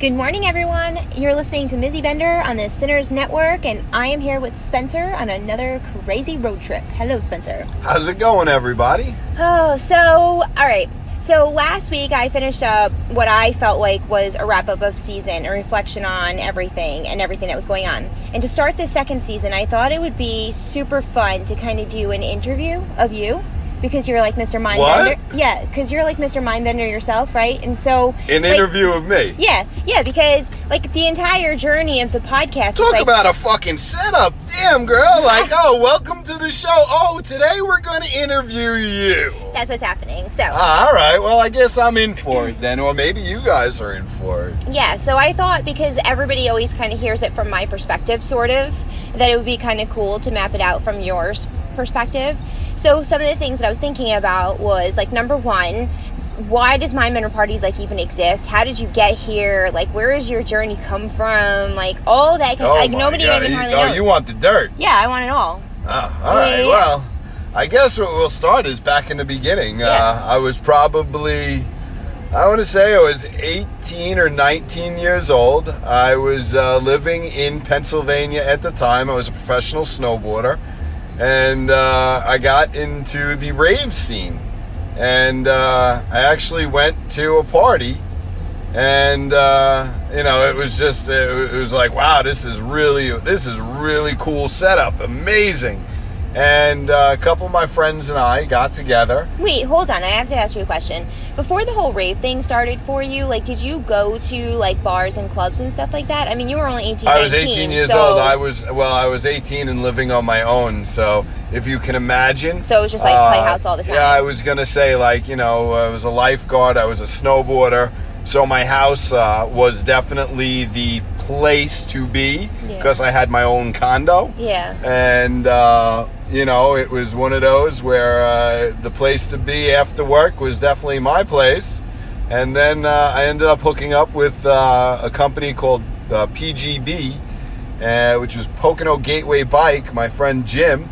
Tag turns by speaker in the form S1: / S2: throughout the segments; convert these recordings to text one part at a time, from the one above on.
S1: Good morning, everyone. You're listening to Mizzy Bender on the Sinners Network, and I am here with Spencer on another crazy road trip. Hello, Spencer.
S2: How's it going, everybody?
S1: Oh, so, all right. So last week I finished up what I felt like was a wrap up of season, a reflection on everything and everything that was going on. And to start the second season, I thought it would be super fun to kind of do an interview of you because you're like Mr. Mindbender. Yeah, because you're like Mr. Mindbender yourself, right? And so
S2: An
S1: like-
S2: interview of me.
S1: Yeah, yeah, because like the entire journey of the podcast is
S2: Talk
S1: like,
S2: about a fucking setup. Damn, girl. Like, oh, welcome to the show. Oh, today we're going to interview you.
S1: that's what's happening. So
S2: Ah, all right. Well, I guess I'm in for it then, or maybe you guys are in for it.
S1: yeah, so I thought because everybody always kind of hears it from my perspective, sort of, that it would be kind of cool to map it out from yours perspective. So some of the things that I was thinking about was like number one, why does Mind Bender Parties like even exist? How did you get here? Like where is your journey come from? Like all that kind
S2: Oh,
S1: like
S2: my
S1: nobody
S2: God.
S1: even
S2: You-
S1: hardly
S2: oh,
S1: knows.
S2: you want the dirt.
S1: yeah, I want it all.
S2: Ah, all right.
S1: yeah.
S2: Well, I guess what we'll start is back in the beginning.
S1: Yeah.
S2: Uh, I was probably, I want to say I was 18 or 19 years old. I was uh, living in Pennsylvania at the time. I was a professional snowboarder. And uh, I got into the rave scene. And uh, I actually went to a party and uh, you know it was just it was like wow this is really this is really cool setup amazing and uh, a couple of my friends and i got together
S1: Wait, hold on. I have to ask you a question. Before the whole rave thing started for you, like, did you go to like bars and clubs and stuff like that? I mean, you were only eighteen.
S2: i was
S1: 19,
S2: 18 years
S1: so,
S2: old i was well i was 18 and living on my own so if you can imagine uh,
S1: So it was just like playhouse all the time.
S2: yeah i was gonna say like you know i was a lifeguard i was a snowboarder so my house uh, was definitely the place to be
S1: Yeah.
S2: because i had my own condo
S1: yeah.
S2: and uh, you know it was one of those where uh, the place to be after work was definitely my place and then uh, i ended up hooking up with uh, a company called uh, pgb uh, which was pocono gateway bike my friend jim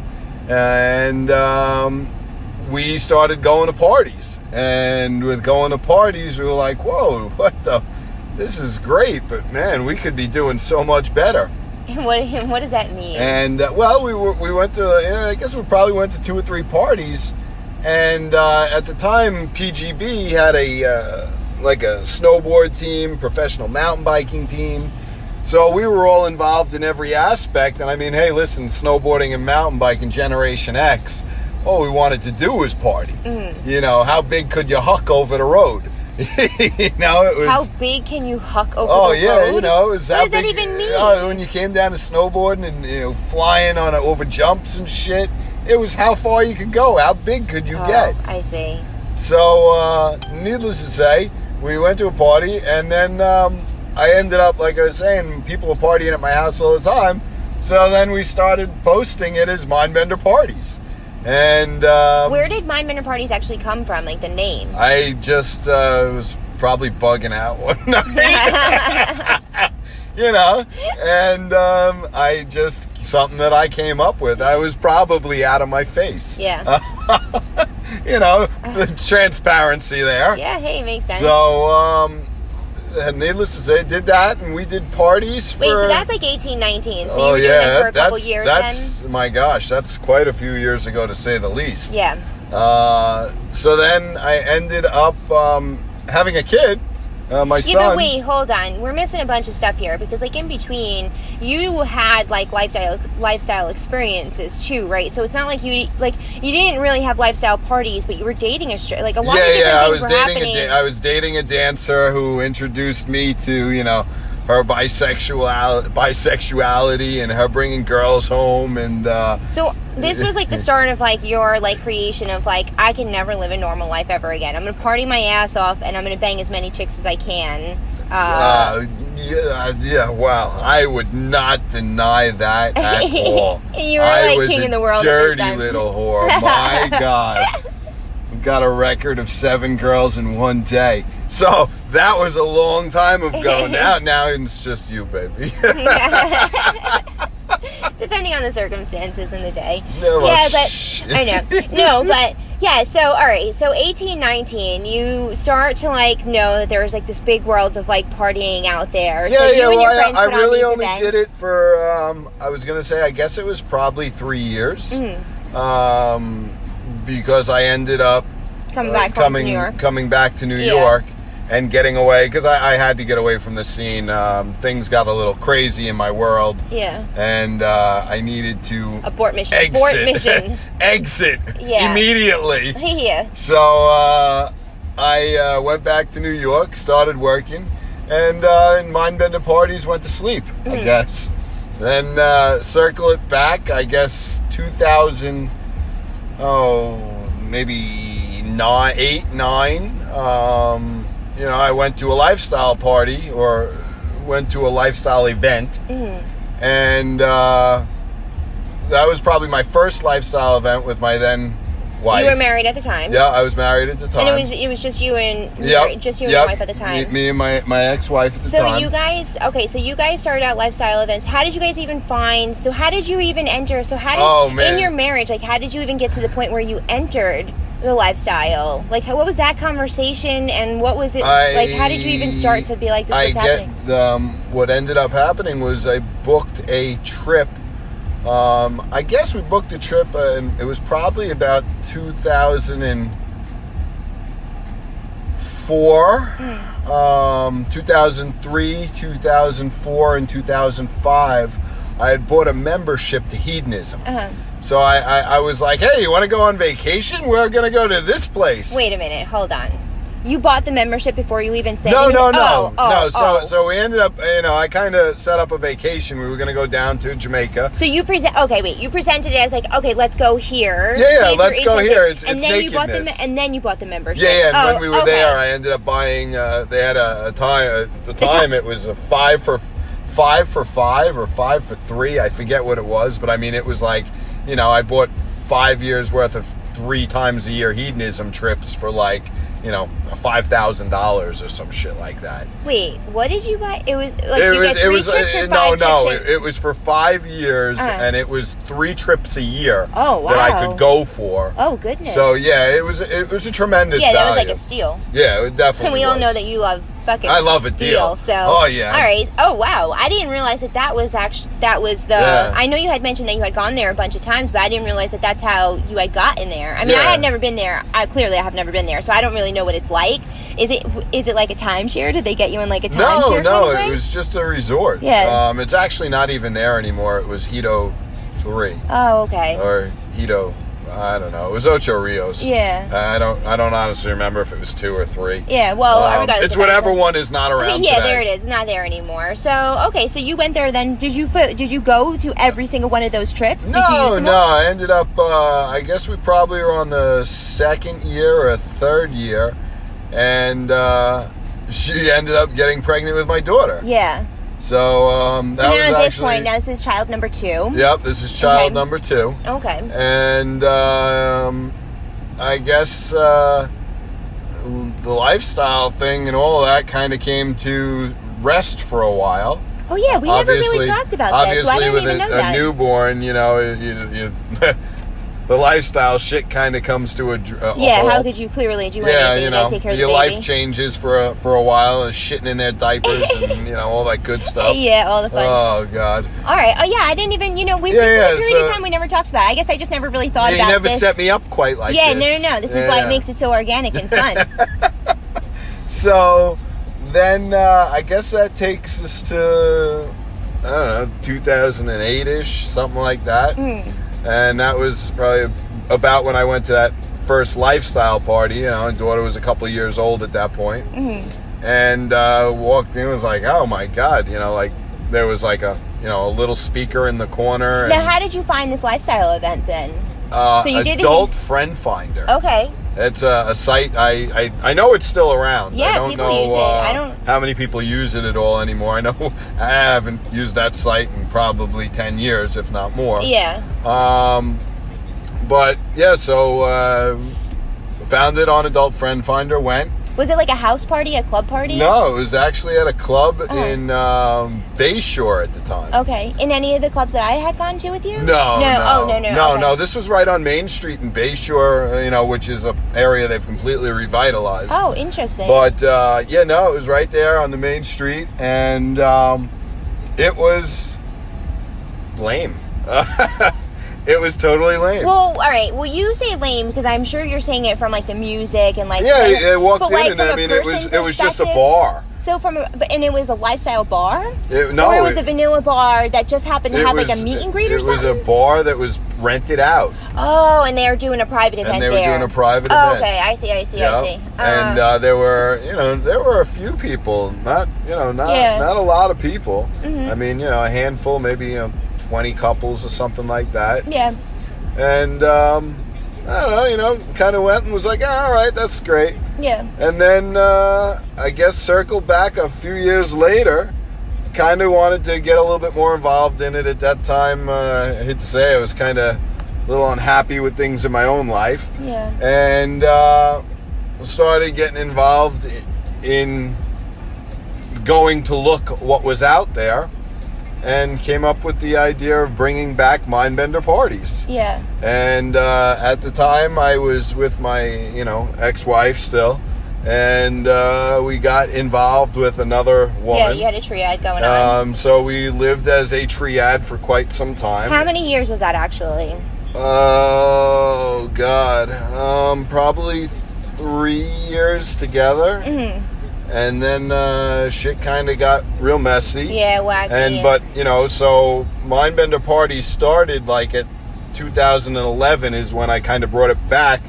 S2: and um, we started going to parties and with going to parties we were like whoa what the this is great but man we could be doing so much better
S1: what what does that mean?
S2: and uh, well, we were, we went to uh, I guess we probably went to two or three parties, and uh, at the time PGB had a uh, like a snowboard team, professional mountain biking team, so we were all involved in every aspect. And I mean, hey, listen, snowboarding and mountain biking, Generation X, all we wanted to do was party. You know, how big could you huck over the road? you know, it was
S1: How big can you huck over
S2: oh
S1: the
S2: yeah,
S1: road?
S2: you know, it was
S1: What
S2: that
S1: does that
S2: big-
S1: even mean?
S2: Oh, when you came down to snowboarding and you know flying on over jumps and shit, it was how far you could go, how big could you
S1: Oh,
S2: get.
S1: I see.
S2: So, uh, needless to say, we went to a party, and then um, I ended up, like I was saying, people were partying at my house all the time. So then we started posting it as Mindbender parties, and um,
S1: Where did Mind Bender Parties actually come from? Like the name?
S2: I just uh, was probably bugging out one night. you know, and um, I just something that I came up with. I was probably out of my face.
S1: Yeah.
S2: You know, the transparency there.
S1: yeah. Hey, makes sense.
S2: So, um, and needless to say, did that, and we did parties for.
S1: Wait, so that's like eighteen, nineteen. So you
S2: oh
S1: were doing
S2: yeah,
S1: that for a couple
S2: that's
S1: years
S2: that's my gosh, that's quite a few years ago to say the least.
S1: then? Yeah.
S2: Uh, so then I ended up um, having a kid. Uh, my
S1: Yeah,
S2: son.
S1: but wait, hold on. We're missing a bunch of stuff here because, like, in between, you had like lifestyle lifestyle experiences too, right? So it's not like you like you didn't really have lifestyle parties, but you were dating a str- like a lot
S2: yeah,
S1: of different
S2: yeah.
S1: things
S2: I was
S1: were
S2: dating
S1: happening.
S2: a da- I was dating a dancer who introduced me to you know her bisexual bisexuality and her bringing girls home and uh,
S1: so this was like the start of like your like creation of like I can never live a normal life ever again. I'm gonna party my ass off and I'm gonna bang as many chicks as I can. Uh,
S2: Uh, yeah, yeah, wow. I would not deny that at all.
S1: You were
S2: I
S1: like
S2: was
S1: king
S2: a
S1: of the world at this
S2: dirty
S1: time.
S2: little whore. My God. Got a record of seven girls in one day. So that was a long time ago. Now, now it's just you, baby.
S1: depending on the circumstances in the day.
S2: No, oh, well,
S1: yeah,
S2: shh.
S1: but I know. No, but yeah, so all right, so 18, 19, you start to like know that there's like this big world of like partying out there. so you and
S2: well,
S1: your
S2: I-
S1: friends
S2: I,
S1: put on
S2: really
S1: these
S2: only
S1: events.
S2: did it for. Um, I was gonna say, I guess it was probably three years,
S1: Mm.
S2: um, because I ended up uh,
S1: Coming back home to
S2: coming
S1: New York.
S2: coming back to New
S1: Yeah.
S2: York and getting away because I, I had to get away from the scene. Um, things got a little crazy in my world,
S1: Yeah.
S2: and uh, I needed to
S1: Abort mission.
S2: exit.
S1: Abort mission.
S2: exit
S1: Yeah.
S2: immediately.
S1: yeah.
S2: So uh, I uh, went back to New York, started working, and uh, in mindbender parties went to sleep, I
S1: Mm.
S2: guess. Then uh, circle it back, I guess 2000, oh, maybe nine, eight, nine. Um, you know, I went to a lifestyle party or went to a lifestyle event,
S1: Mm.
S2: and uh, that was probably my first lifestyle event with my then wife.
S1: You were married at the time.
S2: Yeah, I was married at the time.
S1: And it was it was just you and
S2: Yep,
S1: just you and
S2: yep.
S1: your wife at the time.
S2: Me, me and my, my ex wife at the
S1: so
S2: time.
S1: you guys okay, so you guys started out lifestyle events. How did you guys even find so how did you even enter so how did
S2: Oh, man.
S1: in your marriage, like how did you even get to the point where you entered the lifestyle? Like how, what was that conversation and what was it like how did you even start to be like this
S2: I
S1: is what's
S2: get,
S1: happening?
S2: Um, what ended up happening was I booked a trip. Um, I guess we booked a trip, uh, and it was probably about 2004,
S1: Hmm.
S2: um, 2003, 2004, and 2005. I had bought a membership to hedonism.
S1: Uh-huh.
S2: So I, I, I was like, hey, you want to go on vacation? We're going to go to this place.
S1: Wait a minute, hold on. You bought the membership before you even said
S2: No,
S1: anything?
S2: no, no,
S1: Oh, oh,
S2: no. So,
S1: oh.
S2: so we ended up. You know, I kind of set up a vacation. We were gonna go down to Jamaica.
S1: So you present. Okay, wait. You presented it as like, okay, let's go here.
S2: Yeah, yeah,
S1: See if you're
S2: let's go
S1: interested.
S2: here. It's-
S1: and
S2: it's
S1: then you bought the me-
S2: nakedness.
S1: and then you bought the membership.
S2: Yeah, yeah. And
S1: Oh,
S2: when we were
S1: okay.
S2: there, I ended up buying. Uh, they had a, a time. At the
S1: ti-
S2: time, it was a five for five for five or five for three. I forget what it was, but I mean, it was like, you know, I bought five years worth of three times a year hedonism trips for like, you know, five thousand dollars or some shit like that.
S1: Wait, what did you buy? It was like
S2: it
S1: you
S2: was,
S1: get
S2: it
S1: three
S2: was
S1: trips
S2: uh,
S1: or five
S2: no, no.
S1: trips.
S2: It, it was for five years,
S1: Uh-huh.
S2: and it was three trips a year
S1: Oh,
S2: that I
S1: wow.
S2: could go for.
S1: oh goodness.
S2: So yeah, it was it was a tremendous.
S1: Yeah, that was
S2: value.
S1: like a steal.
S2: Yeah, it definitely.
S1: And we all
S2: was.
S1: know that you love fucking.
S2: I love a deal.
S1: So.
S2: Oh, yeah.
S1: All right. Oh wow. I didn't realize that that was actually that was the.
S2: Yeah.
S1: I know you had mentioned that you had gone there a bunch of times, but I didn't realize that that's how you had gotten there. I mean, I
S2: Yeah.
S1: had never been there. I clearly I have never been there, so I don't really know what it's like. Is it is it like a timeshare? Did they get you in like a timeshare?
S2: No,
S1: kind
S2: no,
S1: of way?
S2: it was just a resort.
S1: Yeah.
S2: Um, it's actually not even there anymore. It was Hito three
S1: Oh okay.
S2: or Hito. I don't know. It was Ocho Rios.
S1: Yeah.
S2: I don't. I don't honestly remember if it was two or three.
S1: yeah. Well,
S2: Um,
S1: regardless
S2: it's
S1: of that,
S2: whatever
S1: so-
S2: one is not around.
S1: yeah,
S2: today.
S1: there it is. Not there anymore. So okay, so you went there. Then did you fo- did you go to every single one of those trips? did you
S2: No,
S1: use them
S2: no.
S1: all?
S2: I ended up. Uh, I guess we probably were on the second year or third year, and uh, she ended up getting pregnant with my daughter.
S1: Yeah.
S2: So um, that
S1: So now
S2: was
S1: at this
S2: actually-
S1: point, now this is child number two.
S2: Yep, this is child
S1: Okay.
S2: number two,
S1: Okay.
S2: and um, I guess uh, the lifestyle thing and all that kind of came to rest for a while.
S1: Oh yeah, we never really talked about
S2: obviously
S1: this. So I didn't
S2: with
S1: even
S2: a,
S1: know
S2: a
S1: that.
S2: newborn, you know, you, you, the lifestyle shit kind of comes to a, dr- a
S1: yeah. How
S2: halt.
S1: could you clearly do anything?
S2: yeah, you know,
S1: gotta take care of
S2: your
S1: the
S2: life
S1: baby.
S2: changes for a, for a while, and shitting in their diapers and you know all that good stuff.
S1: Yeah, all the fun.
S2: Oh God!
S1: all right. Oh yeah, I didn't even. You know, we
S2: Yeah,
S1: this is
S2: yeah,
S1: a period
S2: so-
S1: of time we never talked about. it. I guess I just never really thought
S2: you
S1: about
S2: never
S1: this.
S2: set me up quite like
S1: yeah,
S2: this.
S1: no, no, no. This is why it
S2: Yeah.
S1: makes it so organic and fun.
S2: So then uh, I guess that takes us to I don't know 2008 ish, something like that.
S1: Mm-hmm. Hmm.
S2: And that was probably about when I went to that first lifestyle party. You know, my daughter was a couple years old at that point,
S1: Mm-hmm.
S2: and uh, walked in was like, oh my god, you know, like there was like a you know, a little speaker in the corner.
S1: Now,
S2: and,
S1: how did you find this lifestyle event then?
S2: uh,
S1: so you did Oh. the-
S2: adult friend finder.
S1: Okay.
S2: It's a, a site I, I I know it's still around.
S1: Yeah,
S2: I don't
S1: people
S2: know
S1: use it.
S2: uh,
S1: I don't-
S2: how many people use it at all anymore. I know I haven't used that site in probably ten years, if not more.
S1: Yeah.
S2: Um, but yeah, so uh, found it on Adult Friend Finder. Went.
S1: Was it like a house party, a club party?
S2: No, it was actually at a club
S1: Oh.
S2: in um, Bayshore at the time.
S1: Okay. In any of the clubs that I had gone to with you?
S2: No,
S1: No.
S2: no,
S1: Oh no no.
S2: no,
S1: okay.
S2: no. This was right on Main Street in Bayshore, you know, which is a area they've completely revitalized.
S1: Oh, interesting.
S2: But uh, yeah, no, it was right there on the main street, and um, it was lame. it was totally lame.
S1: well, all right. Well, you say lame because I'm sure you're saying it from like the music and like
S2: yeah,
S1: like-
S2: I, I walked
S1: but,
S2: in,
S1: like,
S2: and
S1: from
S2: I
S1: a
S2: mean, it was
S1: person
S2: it was just a
S1: perspective-
S2: bar.
S1: So from a, but- and it was a lifestyle bar.
S2: It- no,
S1: or it was
S2: it-
S1: a vanilla bar that just happened to
S2: It
S1: have like
S2: was-
S1: a meet and greet
S2: it,
S1: or something.
S2: was a bar that was rented out,
S1: oh, and they were doing a private event
S2: and they were
S1: there.
S2: doing a private
S1: Oh,
S2: event.
S1: okay, I see, I see, I see. Uh,
S2: and uh, there were, you know, there were a few people. Not, you know, not
S1: Yeah. Mm-hmm.
S2: not a lot of people. I mean, you know, a handful, maybe you know, twenty couples or something like that.
S1: yeah,
S2: And um, I don't know, you know, kind of went and was like, "Ah, all right, that's great.
S1: yeah.
S2: And then uh, I guess circled back a few years later. Kind of wanted to get a little bit more involved in it at that time. Uh, I hate to say I was kind of a little unhappy with things in my own life
S1: Yeah.
S2: and uh, started getting involved in going to look what was out there and came up with the idea of bringing back mindbender parties
S1: Yeah.
S2: and uh, at the time i was with my you know ex-wife still and uh, we got involved with another
S1: Yeah,
S2: woman
S1: you had a triad going on.
S2: um, so we lived as a triad for quite some time
S1: How many years was that actually?
S2: Oh God, um, probably three years together,
S1: Mhm.
S2: and then uh, shit kind of got real messy.
S1: Yeah, wacky.
S2: And but you know, so Mindbender Party started like at 2011 is when I kind of brought it back,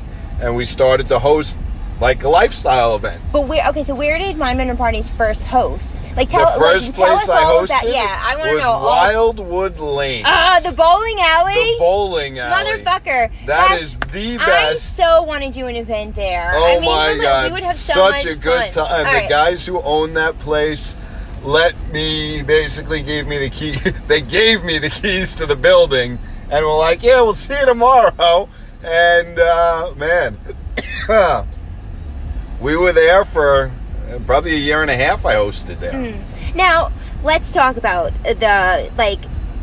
S2: and we started to host like a lifestyle event.
S1: But where? Okay, so where did Mind Bender Parties first host? Like tell,
S2: the first
S1: like, tell
S2: place
S1: us
S2: I
S1: all
S2: hosted
S1: of that. Yeah, I want to
S2: was
S1: know all.
S2: Wildwood Lane.
S1: Ah, the bowling alley.
S2: bowling alley.
S1: Motherfucker.
S2: That
S1: Hash-
S2: is the
S1: I
S2: best.
S1: so want to do an event there.
S2: Oh
S1: I mean,
S2: my
S1: we would,
S2: god!
S1: We would have so
S2: Such
S1: much
S2: a good
S1: fun.
S2: time.
S1: All
S2: The
S1: right.
S2: guys who own that place let me basically gave me the key. they gave me the keys to the building, and were like, "Yeah, we'll see you tomorrow." And uh, man, we were there for uh, probably a year and a half. I hosted there.
S1: Hmm. Now, let's talk about the like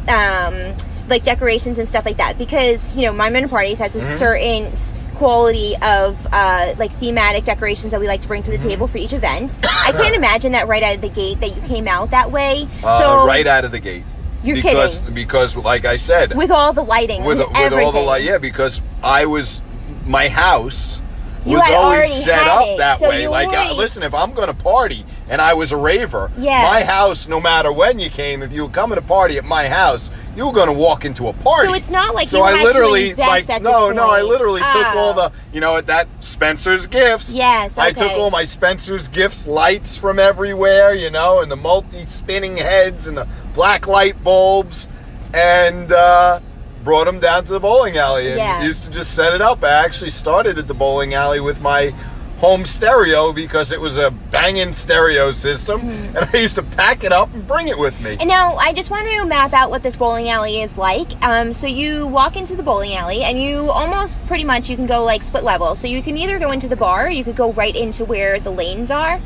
S1: um like decorations and stuff like that because, you know, My Men Parties has a
S2: Mm-hmm.
S1: certain s- quality of uh, like thematic decorations that we like to bring to the
S2: Mm-hmm.
S1: table for each event. I can't imagine that right out of the gate that you came out that way.
S2: Uh,
S1: so
S2: right out of the gate.
S1: You're
S2: because
S1: kidding.
S2: because like I said,
S1: with all the lighting,
S2: with,
S1: with,
S2: with all the
S1: everything.
S2: light. Yeah, because I was my house
S1: You
S2: was
S1: had
S2: always
S1: already
S2: set
S1: had
S2: up
S1: it,
S2: that
S1: so
S2: way.
S1: you
S2: Like, uh,
S1: already-
S2: listen, if I'm gonna party and I was a raver,
S1: Yeah.
S2: my house, no matter when you came, if you were coming to party at my house, you were gonna walk into a party.
S1: So it's not like
S2: so
S1: you
S2: I
S1: had to
S2: literally
S1: invest
S2: like
S1: at this
S2: no, no, I
S1: point.
S2: literally took
S1: Oh.
S2: all the you know at that Spencer's gifts.
S1: Yes,
S2: I took
S1: okay.
S2: all my Spencer's gifts lights from everywhere, you know, and the multi spinning heads and the black light bulbs, and uh, brought them down to the bowling alley and
S1: Yeah.
S2: used to just set it up. I actually started at the bowling alley with my home stereo because it was a banging stereo system, and I used to pack it up and bring it with me.
S1: And now I just want to map out what this bowling alley is like. Um, so you walk into the bowling alley, and you almost pretty much you can go like split level. So you can either go into the bar, or you could go right into where the lanes are.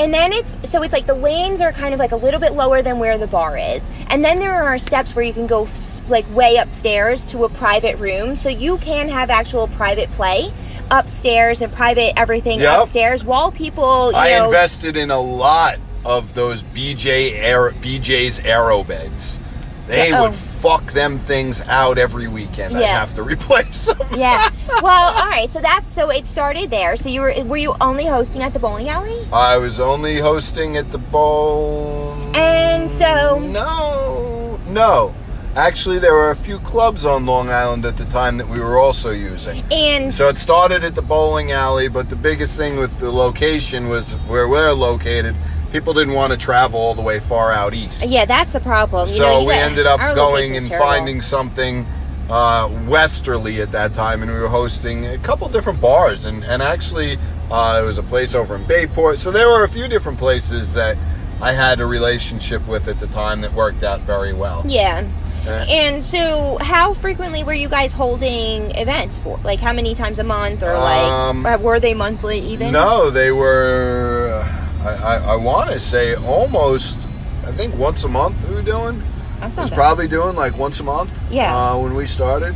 S1: And then it's so it's like the lanes are kind of like a little bit lower than where the bar is. And then there are steps where you can go s- like way upstairs to a private room. So you can have actual private play upstairs and private everything
S2: Yep.
S1: upstairs while people you
S2: I
S1: know
S2: invested in a lot of those BJ air, BJ's arrow beds. They
S1: Yeah, oh.
S2: would fuck them things out every weekend. I'd
S1: Yeah.
S2: have to replace them.
S1: yeah. Well, all right. So that's so it started there. So you were were you only hosting at the bowling alley?
S2: I was only hosting at the bowl.
S1: And so-
S2: No. No. Actually, there were a few clubs on Long Island at the time that we were also using.
S1: And
S2: So it started at the bowling alley, but the biggest thing with the location was where we're located people didn't want to travel all the way far out east.
S1: Yeah, that's the problem. You
S2: so
S1: know, you
S2: we
S1: got-
S2: ended up
S1: our
S2: going
S1: location's
S2: and
S1: terrible.
S2: finding something uh, westerly at that time, and we were hosting a couple different bars, and and actually uh, there was a place over in Bayport. So there were a few different places that I had a relationship with at the time that worked out very well.
S1: Yeah.
S2: Uh,
S1: And so, how frequently were you guys holding events for? Like, how many times a month, or
S2: Um,
S1: like, uh, were they monthly even?
S2: No, they were. I, I, I want to say almost. I think once a month we were doing.
S1: that's
S2: was
S1: not bad.
S2: probably doing like once a month.
S1: Yeah.
S2: Uh, when we started,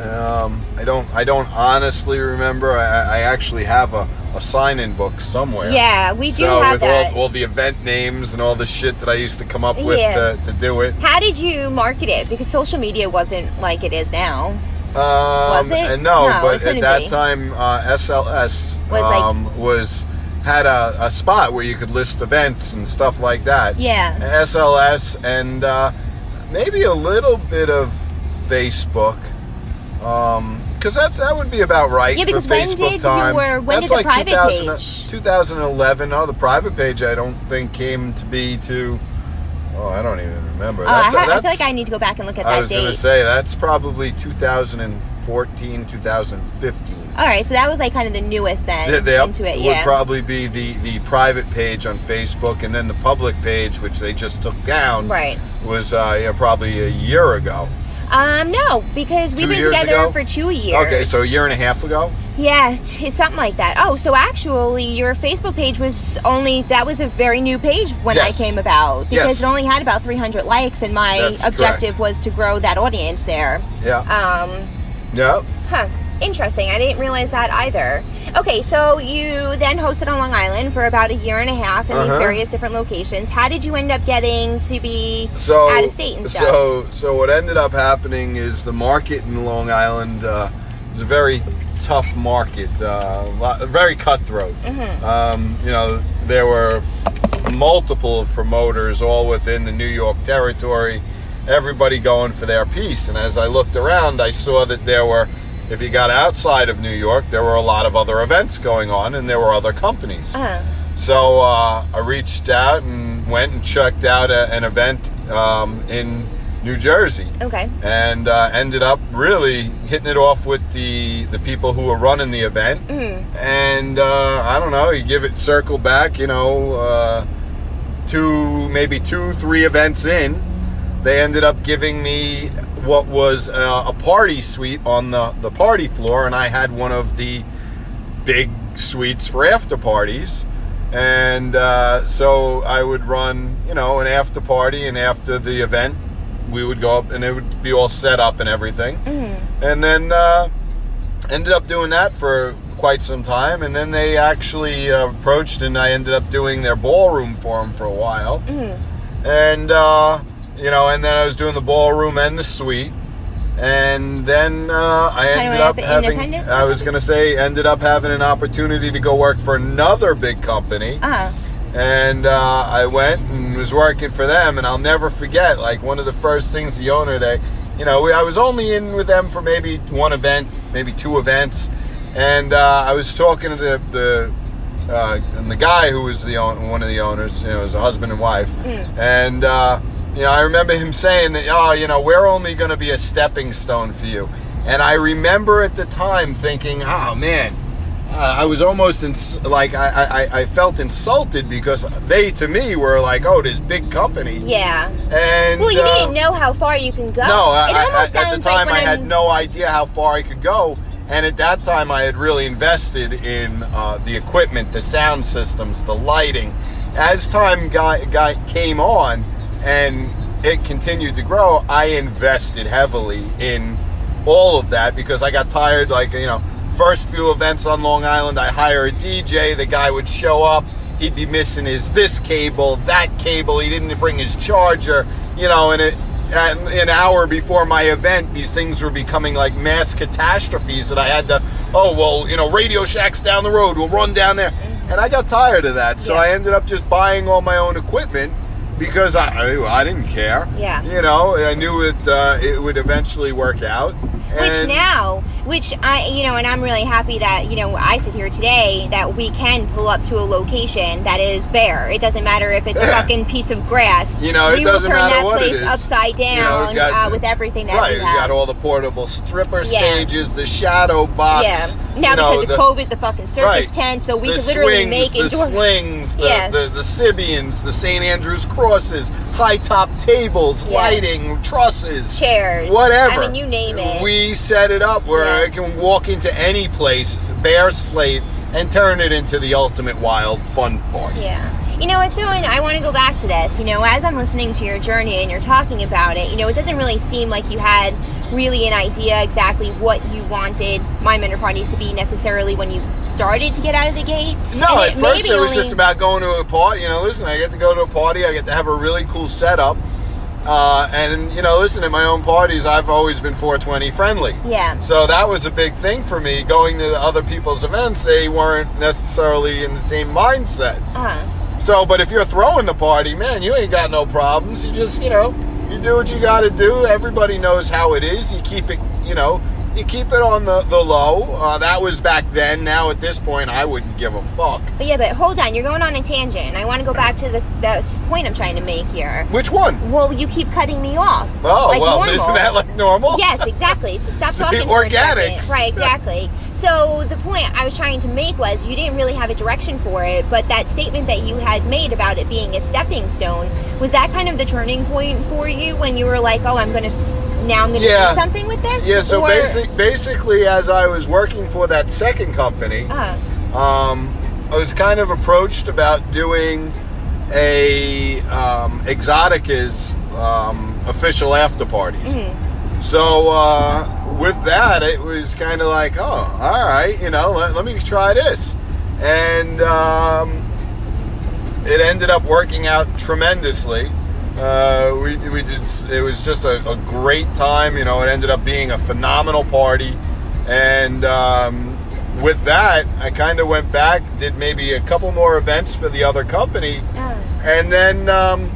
S2: um, I don't. I don't honestly remember. I, I actually have a, a sign-in book somewhere.
S1: Yeah, we do
S2: so
S1: have
S2: with
S1: that.
S2: all all the event names and all the shit that I used to come up with
S1: Yeah.
S2: to, to do it.
S1: how did you market it? Because social media wasn't like it is now.
S2: Um,
S1: it?
S2: And no,
S1: No, it
S2: but at
S1: couldn't
S2: that
S1: be.
S2: time, uh, SLS
S1: Was like-
S2: um, was had a, a spot where you could list events and stuff like that.
S1: Yeah.
S2: SLS and uh, maybe a little bit of Facebook. Um, because that's that would be about right.
S1: Yeah, because
S2: for
S1: when
S2: Facebook
S1: did you
S2: time.
S1: were- when
S2: that's
S1: did the
S2: like
S1: private
S2: 2000
S1: page?
S2: 2011. Oh, the private page I don't think came to be to. Oh, I don't even remember.
S1: Oh, I,
S2: That's-
S1: ha- I feel
S2: that's-
S1: like I need to go back and look at
S2: I
S1: that
S2: was gonna
S1: date.
S2: say that's probably 2014, 2015.
S1: All right, so that was like kind of the newest then
S2: They, they
S1: into it.
S2: would
S1: Yeah.
S2: probably be the, the private page on Facebook, and then the public page, which they just took down,
S1: Right.
S2: was uh, yeah, probably a year ago.
S1: Um, no, because we've
S2: Two
S1: been
S2: years
S1: together
S2: ago?
S1: for two years.
S2: Okay, so a year and a half ago.
S1: Yeah, t- something like that. Oh, so actually, your Facebook page was only that was a very new page when
S2: Yes.
S1: I came about because
S2: Yes.
S1: it only had about 300 likes, and my
S2: That's
S1: objective
S2: correct.
S1: was to grow that audience there.
S2: Yeah.
S1: Um,
S2: yeah.
S1: huh. Interesting. I didn't realize that either. Okay, so you then hosted on Long Island for about a year and a half in these
S2: Uh-huh.
S1: various different locations. How did you end up getting to be
S2: So
S1: out of state and stuff?
S2: So so what ended up happening is the market in Long Island uh, is a very tough market, uh, lo- very cutthroat.
S1: Mm-hmm.
S2: Um, you know, there were multiple promoters all within the New York territory, everybody going for their piece. And as I looked around, I saw that there were, if you got outside of New York, there were a lot of other events going on and there were other companies.
S1: Uh-huh.
S2: So uh, I reached out and went and checked out a, an event um, in New Jersey
S1: okay.
S2: and uh, ended up really hitting it off with the the people who were running the event. And uh, I don't know, you give it circle back, you know, uh, two maybe two three events in, they ended up giving me what was uh, a party suite on the the party floor, and I had one of the big suites for after parties. And uh, so I would run, you know, an after party, and after the event, we would go up and it would be all set up and everything.
S1: Mm-hmm.
S2: And then uh, ended up doing that for quite some time. And then they actually uh, approached, and I ended up doing their ballroom for them for a while.
S1: Mm-hmm.
S2: And, uh, you know, and then I was doing the ballroom and the suite. And then uh, I
S1: Kinda
S2: ended
S1: went
S2: up
S1: up
S2: having,
S1: independent or
S2: I was
S1: something?
S2: going to say, ended up having an opportunity to go work for another big company.
S1: Uh,
S2: And uh, I went and was working for them, and I'll never forget. Like one of the first things the owner, they, you know, we, I was only in with them for maybe one event, maybe two events, and uh, I was talking to the the uh, and the guy who was the own, one of the owners, you know, it was a husband and wife, and uh, you know, I remember him saying that, oh, you know, we're only going to be a stepping stone for you, and I remember at the time thinking, oh man, uh, I was almost ins- like I, I- I, I felt insulted because they to me were like, oh, this big company.
S1: yeah.
S2: And
S1: Well, you
S2: uh,
S1: didn't know how far you can go.
S2: No, I,
S1: it
S2: I-
S1: almost
S2: I- at the
S1: sounds
S2: time
S1: like when
S2: I
S1: I'm,
S2: had no idea how far I could go, and at that time I had really invested in uh, the equipment, the sound systems, the lighting. As time guy, guy came on, and it continued to grow, I invested heavily in all of that because I got tired. Like you know, first few events on Long Island, I hire a DJ. The guy would show up. He'd be missing his this cable, that cable. He didn't bring his charger. You know, and it at an hour before my event, these things were becoming like mass catastrophes that I had to, oh, well, you know, Radio Shack's down the road, we'll run down there. And I got tired of that, so
S1: Yeah.
S2: I ended up just buying all my own equipment because I, I, I didn't care.
S1: Yeah.
S2: You know, I knew it, uh, it would eventually work out.
S1: Which
S2: And-
S1: now, which I, you know, and I'm really happy that, you know, I sit here today that we can pull up to a location that is bare. It doesn't matter if it's a
S2: Yeah.
S1: fucking piece of grass.
S2: You know, it
S1: we
S2: doesn't
S1: will turn
S2: matter
S1: that
S2: what it
S1: place
S2: is.
S1: upside
S2: You know,
S1: down
S2: we got
S1: uh,
S2: the-
S1: with everything that
S2: right,
S1: we
S2: you
S1: have.
S2: got all the portable stripper
S1: Yeah.
S2: stages, the shadow box.
S1: yeah.
S2: you
S1: Now
S2: know,
S1: because of
S2: the-
S1: COVID, the fucking circus
S2: right,
S1: tent, so we
S2: the
S1: could literally
S2: swings,
S1: make
S2: the
S1: indoor.
S2: slings, the,
S1: Yeah.
S2: the, the Sibians, the St. Andrew's crosses, high top tables,
S1: Yeah.
S2: lighting, trusses,
S1: Chairs.
S2: whatever.
S1: I mean, you name it.
S2: We set it up where
S1: Yeah.
S2: I can walk into any place, bare slate, and turn it into the ultimate wild fun party.
S1: Yeah. You know what, so and I want to go back to this. You know, as I'm listening to your journey and you're talking about it, you know, it doesn't really seem like you had really an idea exactly what you wanted my mentor parties to be necessarily when you started to get out of the gate.
S2: No,
S1: And
S2: at first
S1: maybe
S2: it was
S1: only-
S2: just about going to a party. You know, listen, I get to go to a party. I get to have a really cool setup. Uh, and you know, listen, at my own parties, I've always been 420 friendly.
S1: Yeah.
S2: So that was a big thing for me. Going to other people's events, they weren't necessarily in the same mindset.
S1: Uh-huh.
S2: So, but if you're throwing the party, man, you ain't got no problems. You just, you know, you do what you got to do. Everybody knows how it is. You keep it, you know, you keep it on the, the low. Uh, that was back then. Now at this point, I wouldn't give a fuck.
S1: But yeah, but hold on, you're going on a tangent, and I want to go back to the, the s- point I'm trying to make here.
S2: Which one?
S1: Well, you keep cutting me off.
S2: Oh,
S1: like
S2: well,
S1: normal.
S2: isn't that like normal?
S1: yes, exactly. So stop
S2: See,
S1: talking. For a
S2: organics.
S1: second. Right, exactly. So the point I was trying to make was you didn't really have a direction for it, but that statement that you had made about it being a stepping stone was that kind of the turning point for you when you were like, oh, I'm gonna s- now I'm gonna
S2: Yeah.
S1: do something with this.
S2: Yeah, so
S1: or,
S2: basic, basically, as I was working for that second company,
S1: Uh,
S2: um, I was kind of approached about doing a um, Exotica's um, official after parties. So uh, with that, it was kind of like, oh, all right, you know, let, let me try this, and um, it ended up working out tremendously. Uh, we, we did, it was just a, a great time, you know, it ended up being a phenomenal party. And um, with that, I kind of went back, did maybe a couple more events for the other company.
S1: uh,
S2: And then um,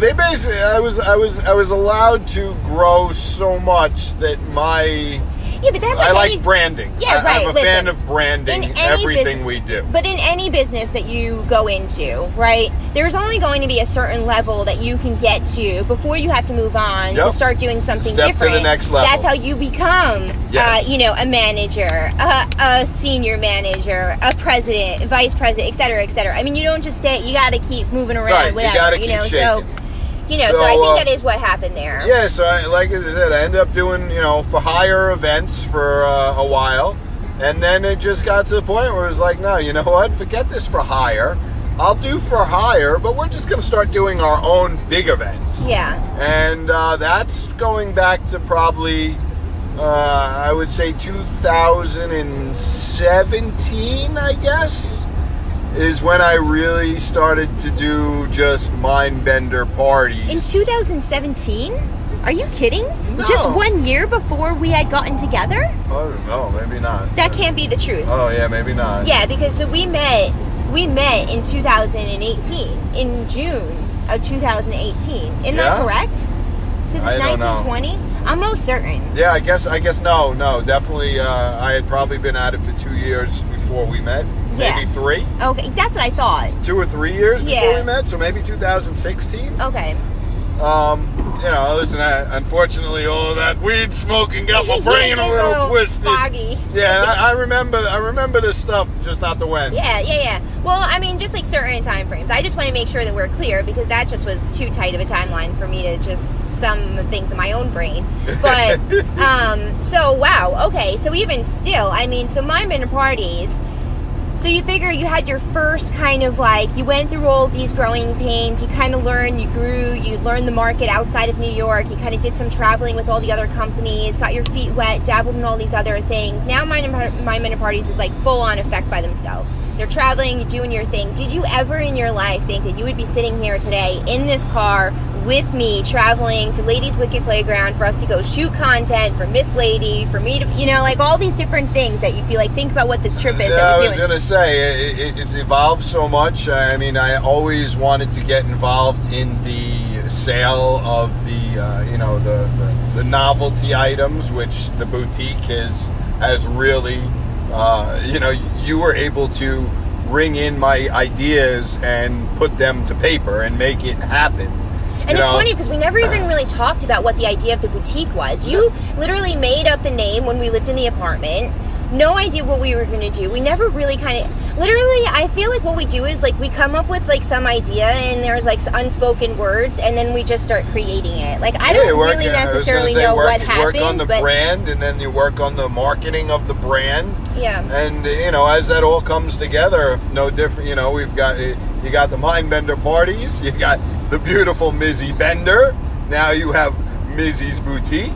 S2: they basically, I was, I was, I was allowed to grow so much that my,
S1: yeah, but that's like
S2: I
S1: any-
S2: like branding.
S1: Yeah,
S2: I, I'm
S1: right,
S2: a fan
S1: listen.
S2: of branding.
S1: In any
S2: Everything
S1: business-
S2: we do.
S1: But in any business that you go into, right, there's only going to be a certain level that you can get to before you have to move on to
S2: Yep.
S1: start doing something
S2: Step to the
S1: different.
S2: next level.
S1: That's how you become,
S2: Yes.
S1: uh, you know, a manager, a, a senior manager, a president, vice president, et cetera, et cetera. I mean, you don't just stay. You got to keep moving around.
S2: Right, you
S1: whatever,
S2: gotta keep
S1: know,
S2: shaking.
S1: so. You know, so,
S2: So,
S1: I think
S2: uh,
S1: that is what happened there.
S2: Yeah, so I, like I said, I ended up doing you know for higher events for uh, a while, and then it just got to the point where it was like, no, you know what? Forget this for hire. I'll do for hire, but we're just gonna start doing our own big events.
S1: Yeah.
S2: And uh, that's going back to probably, uh, I would say 2017, I guess, is when I really started to do just mindbender parties.
S1: In 2017? Are you kidding?
S2: No.
S1: Just one year before we had gotten together?
S2: I don't know, maybe not.
S1: That can't be the truth.
S2: Oh yeah, maybe not.
S1: Yeah, because so we met we met in 2018 in June of 2018. Isn't that
S2: Yeah?
S1: correct? Because
S2: I don't
S1: it's
S2: know.
S1: 1920. I'm most certain.
S2: Yeah, I guess. I guess no, no, definitely. Uh, I had probably been at it for two years before we met.
S1: Yeah.
S2: Maybe three,
S1: Okay, that's what I thought.
S2: two or three years before
S1: Yeah.
S2: we met. So maybe 2016.
S1: Okay.
S2: Um, you know, listen. I, unfortunately, all that weed smoking got my brain a
S1: It's
S2: little twisted.
S1: Foggy.
S2: Yeah, I, I remember. I remember this stuff, just not the when.
S1: Yeah, yeah, yeah. Well, I mean, just like certain time frames. I just want to make sure that we're clear because that just was too tight of a timeline for me to just sum the things in my own brain. But um, so wow, okay. So even still, I mean, so my dinner parties. So you figure you had your first kind of like you went through all these growing pains. You kind of learned, you grew, you learned the market outside of New York. You kind of did some traveling with all the other companies, got your feet wet, dabbled in all these other things. Now my my minute parties is like full on effect by themselves. They're traveling, you're doing your thing. Did you ever in your life think that you would be sitting here today in this car with me traveling to Ladies Wicked Playground for us to go shoot content for Miss Lady, for me to you know like all these different things that you feel like think about what this trip is
S2: Yeah,
S1: that
S2: I
S1: we're
S2: was
S1: doing.
S2: gonna say it, it, it's evolved so much. I mean, I always wanted to get involved in the sale of the uh, you know the, the the novelty items, which the boutique is has really uh, you know you were able to bring in my ideas and put them to paper and make it happen.
S1: And it's funny because we never even really talked about what the idea of the boutique was. You literally made up the name when we lived in the apartment. No idea what we were going to do. We never really kind of literally I feel like what we do is like we come up with like some idea and there's like unspoken words and then we just start creating it. Like I don't really necessarily know
S2: work,
S1: what happened,
S2: Work on the
S1: but
S2: brand, and then you work on the marketing of the brand.
S1: yeah.
S2: And you know, as that all comes together, if no different. You know, we've got eh, you got the mind bender parties. You got the beautiful Mizzy Bender. Now you have Mizzy's boutique.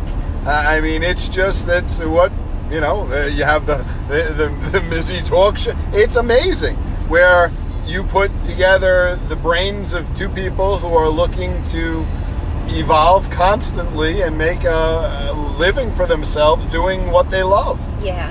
S2: Uh, I mean, it's just that's what you know. Uh, you have the the, the the Mizzy talk show. It's amazing where you put together the brains of two people who are looking to evolve constantly and make a, a living for themselves doing what they love.
S1: Yeah.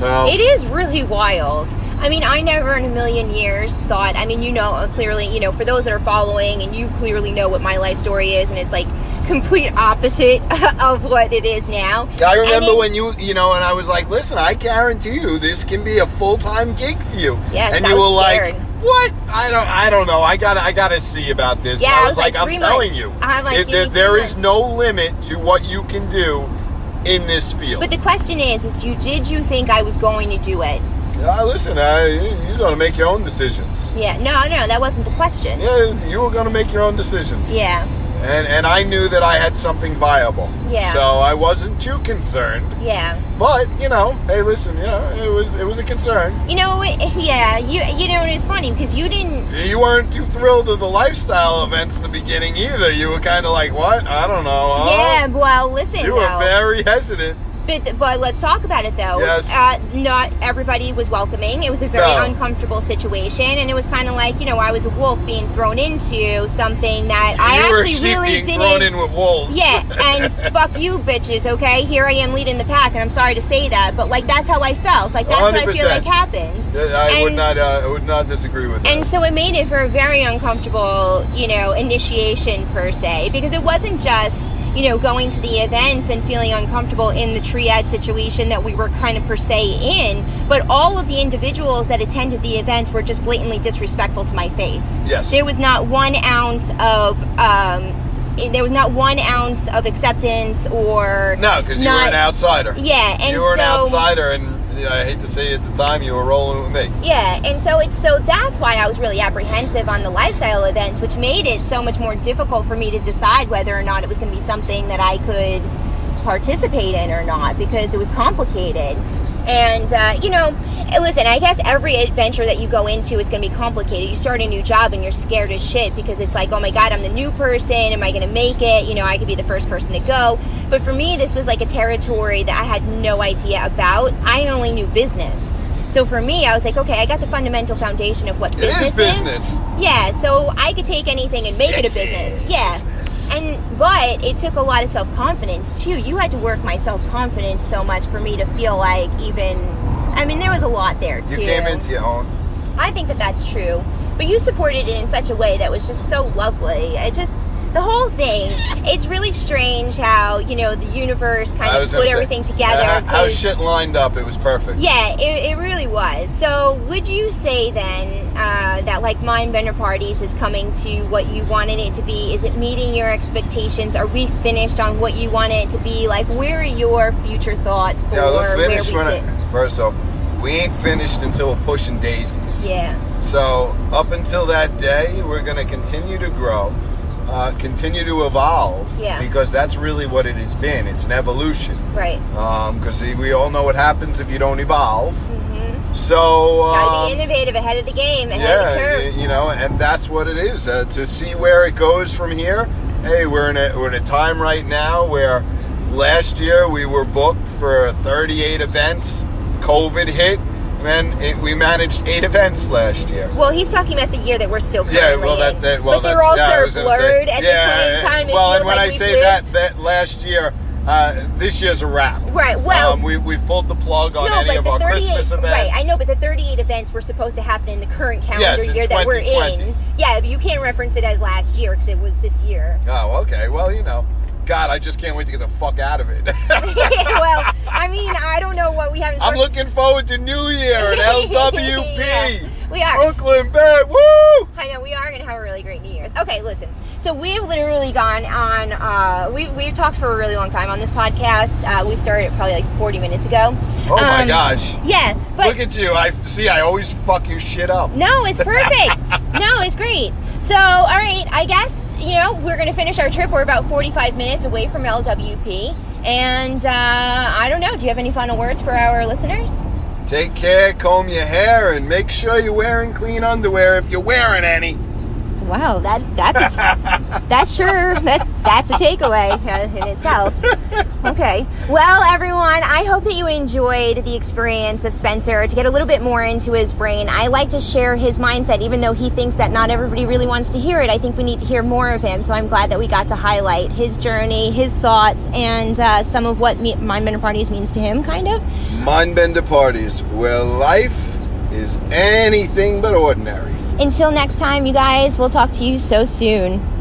S2: So-
S1: It is really wild. I mean, I never in a million years thought. I mean, you know, uh, clearly, you know, for those that are following, and you clearly know what my life story is, and it's like complete opposite of what it is now.
S2: Yeah, I remember
S1: And it-
S2: when you, you know, and I was like, listen, I guarantee you this can be a full time gig for you.
S1: Yes,
S2: and
S1: I
S2: you
S1: was
S2: were
S1: scared.
S2: like, what? I don't, I don't know. I gotta, I gotta see about this.
S1: Yeah,
S2: And
S1: I
S2: I
S1: was
S2: was like,
S1: like,
S2: I'm
S1: three
S2: telling
S1: months.
S2: you,
S1: I'm like,
S2: it-
S1: you
S2: there-
S1: need
S2: there
S1: three
S2: is
S1: months.
S2: no limit to what you can do in this field.
S1: But the question is, is you did you think I was going to do it?
S2: Ah, listen, I, you- you gotta make your own decisions.
S1: Yeah. No, no, that wasn't the question.
S2: Yeah, you were gonna make your own decisions.
S1: Yeah.
S2: And and I knew that I had something viable.
S1: Yeah.
S2: So I wasn't too concerned.
S1: Yeah.
S2: But you know, hey, listen, you know, it was it was a concern.
S1: You know, it, yeah. You you know, it's funny because you didn't.
S2: you weren't too thrilled with the lifestyle events in the beginning either. You were kind of like, what? I don't know. huh?"
S1: Yeah. Well, listen.
S2: You
S1: though.
S2: were very hesitant.
S1: But, but let's talk about it though.
S2: Yes.
S1: Uh, not everybody was welcoming. It was a very
S2: No.
S1: uncomfortable situation, and it was kind of like you know I was a wolf being thrown into something that I
S2: you were
S1: actually
S2: sheep
S1: really
S2: being
S1: didn't.
S2: thrown in with wolves.
S1: Yeah, and fuck you, bitches. Okay, here I am leading the pack, and I'm sorry to say that, but like that's how I felt. Like that's what I feel
S2: 100%.
S1: like happened.
S2: Yeah, I would
S1: And-
S2: not. Uh, I would not disagree with that.
S1: and so it made it for a very uncomfortable, you know, initiation per se, because it wasn't just, you know, going to the events and feeling uncomfortable in the triad situation that we were kind of per se in, but all of the individuals that attended the events were just blatantly disrespectful to my face.
S2: Yes.
S1: There was not one ounce of, um, there was not one ounce of acceptance or
S2: no, because you were
S1: not-
S2: an outsider.
S1: Yeah, and
S2: you were
S1: so
S2: an outsider, and yeah, I hate to say it, at the time you were rolling with me.
S1: Yeah, and so it's so that's why I was really apprehensive on the lifestyle events, which made it so much more difficult for me to decide whether or not it was going to be something that I could participate in or not because it was complicated. And uh, you know, eh, listen, I guess every adventure that you go into, it's going to be complicated. You start a new job and you're scared as shit because it's like, oh my god, I'm the new person. Am I going to make it? You know, I could be the first person to go. But for me, this was like a territory that I had no idea about. I only knew business. So for me, I was like, okay, I got the fundamental foundation of what
S2: It is
S1: business
S2: business.
S1: Yeah, so I could take anything and make it a
S2: Sexy
S1: business. Yeah. And but it took a lot of self confidence too. You had to work my self confidence so much for me to feel like even. I mean, there was a lot there
S2: You
S1: too.
S2: came into your own.
S1: I think that that's true. But you supported it in such a way that was just so lovely. It just the whole thing. It's really strange how you know the universe kind
S2: I
S1: of
S2: was
S1: put
S2: gonna say,
S1: everything together.
S2: uh, How
S1: 'cause-
S2: shit lined up. It was perfect.
S1: yeah, it, it really was. So, would you say then uh, that like Mind Bender Parties is coming to what you wanted it to be? Is it meeting your expectations? Are we finished on what you want it to be? Like, where are your future thoughts for
S2: Yeah,
S1: where
S2: let's
S1: we
S2: finish
S1: sit?
S2: when I, first off, we ain't finished until we're pushing daisies.
S1: yeah,
S2: So up until that day, we're going to continue to grow, uh, continue to evolve,
S1: Yeah.
S2: because that's really what it has been. It's an evolution.
S1: right.
S2: Because we all know what happens if you don't evolve.
S1: Mm-hmm.
S2: So
S1: Gotta
S2: um,
S1: be innovative, ahead of the game, ahead of the
S2: yeah,
S1: curve.
S2: y- you know, and that's what it is. Uh, to see where it goes from here. Hey, we're in a we're in a time right now where last year we were booked for 38 events. COVID hit, and it, we managed eight events last year.
S1: Well, he's talking about the year that we're still currently
S2: Yeah, well, that,
S1: in.
S2: that well,
S1: but they're
S2: that's,
S1: all
S2: yeah, I
S1: sort
S2: was
S1: of
S2: gonna say-
S1: blurred at
S2: yeah, uh,
S1: this point in time. It
S2: well,
S1: feels
S2: and when
S1: like
S2: I
S1: we've
S2: say
S1: lived-
S2: that, that last year, uh, this year's a wrap.
S1: Right, well-
S2: um, we, we've pulled the plug on
S1: No,
S2: any
S1: but
S2: of
S1: the
S2: our
S1: 38
S2: Christmas events.
S1: right, I know, but the 38 events were supposed to happen in the current calendar
S2: Yes, in
S1: year that we're
S2: 2020.
S1: in. Yeah, but you can't reference it as last year because it was this year.
S2: Oh, okay. Well, you know, God, I just can't wait to get the fuck out of it.
S1: well, I mean, I don't know what we haven't.
S2: I'm
S1: started-
S2: looking forward to New Year at LWP.
S1: Yeah, we are.
S2: Brooklyn Bed. Woo!
S1: I know we are gonna have a really great New Year's. Okay, listen. So we've literally gone on. Uh, we we've talked for a really long time on this podcast. Uh, we started probably like 40 minutes ago.
S2: Oh my
S1: Um,
S2: gosh.
S1: Yeah, but
S2: Look at you. I see. I always fuck your shit up.
S1: No, it's perfect. no, it's great. So, all right, I guess, you know, we're going to finish our trip. We're about 45 minutes away from LWP. And uh, I don't know. Do you have any final words for our listeners?
S2: Take care. Comb your hair and make sure you're wearing clean underwear if you're wearing any.
S1: Wow, that that's that's sure that's that's a takeaway uh, in itself. Okay, well, everyone, I hope that you enjoyed the experience of Spencer to get a little bit more into his brain. I like to share his mindset, even though he thinks that not everybody really wants to hear it. I think we need to hear more of him, so I'm glad that we got to highlight his journey, his thoughts, and uh, some of what me- Mind Bender Parties means to him, kind of.
S2: Mindbender parties where life is anything but ordinary.
S1: Until next time, you guys, we'll talk to you so soon.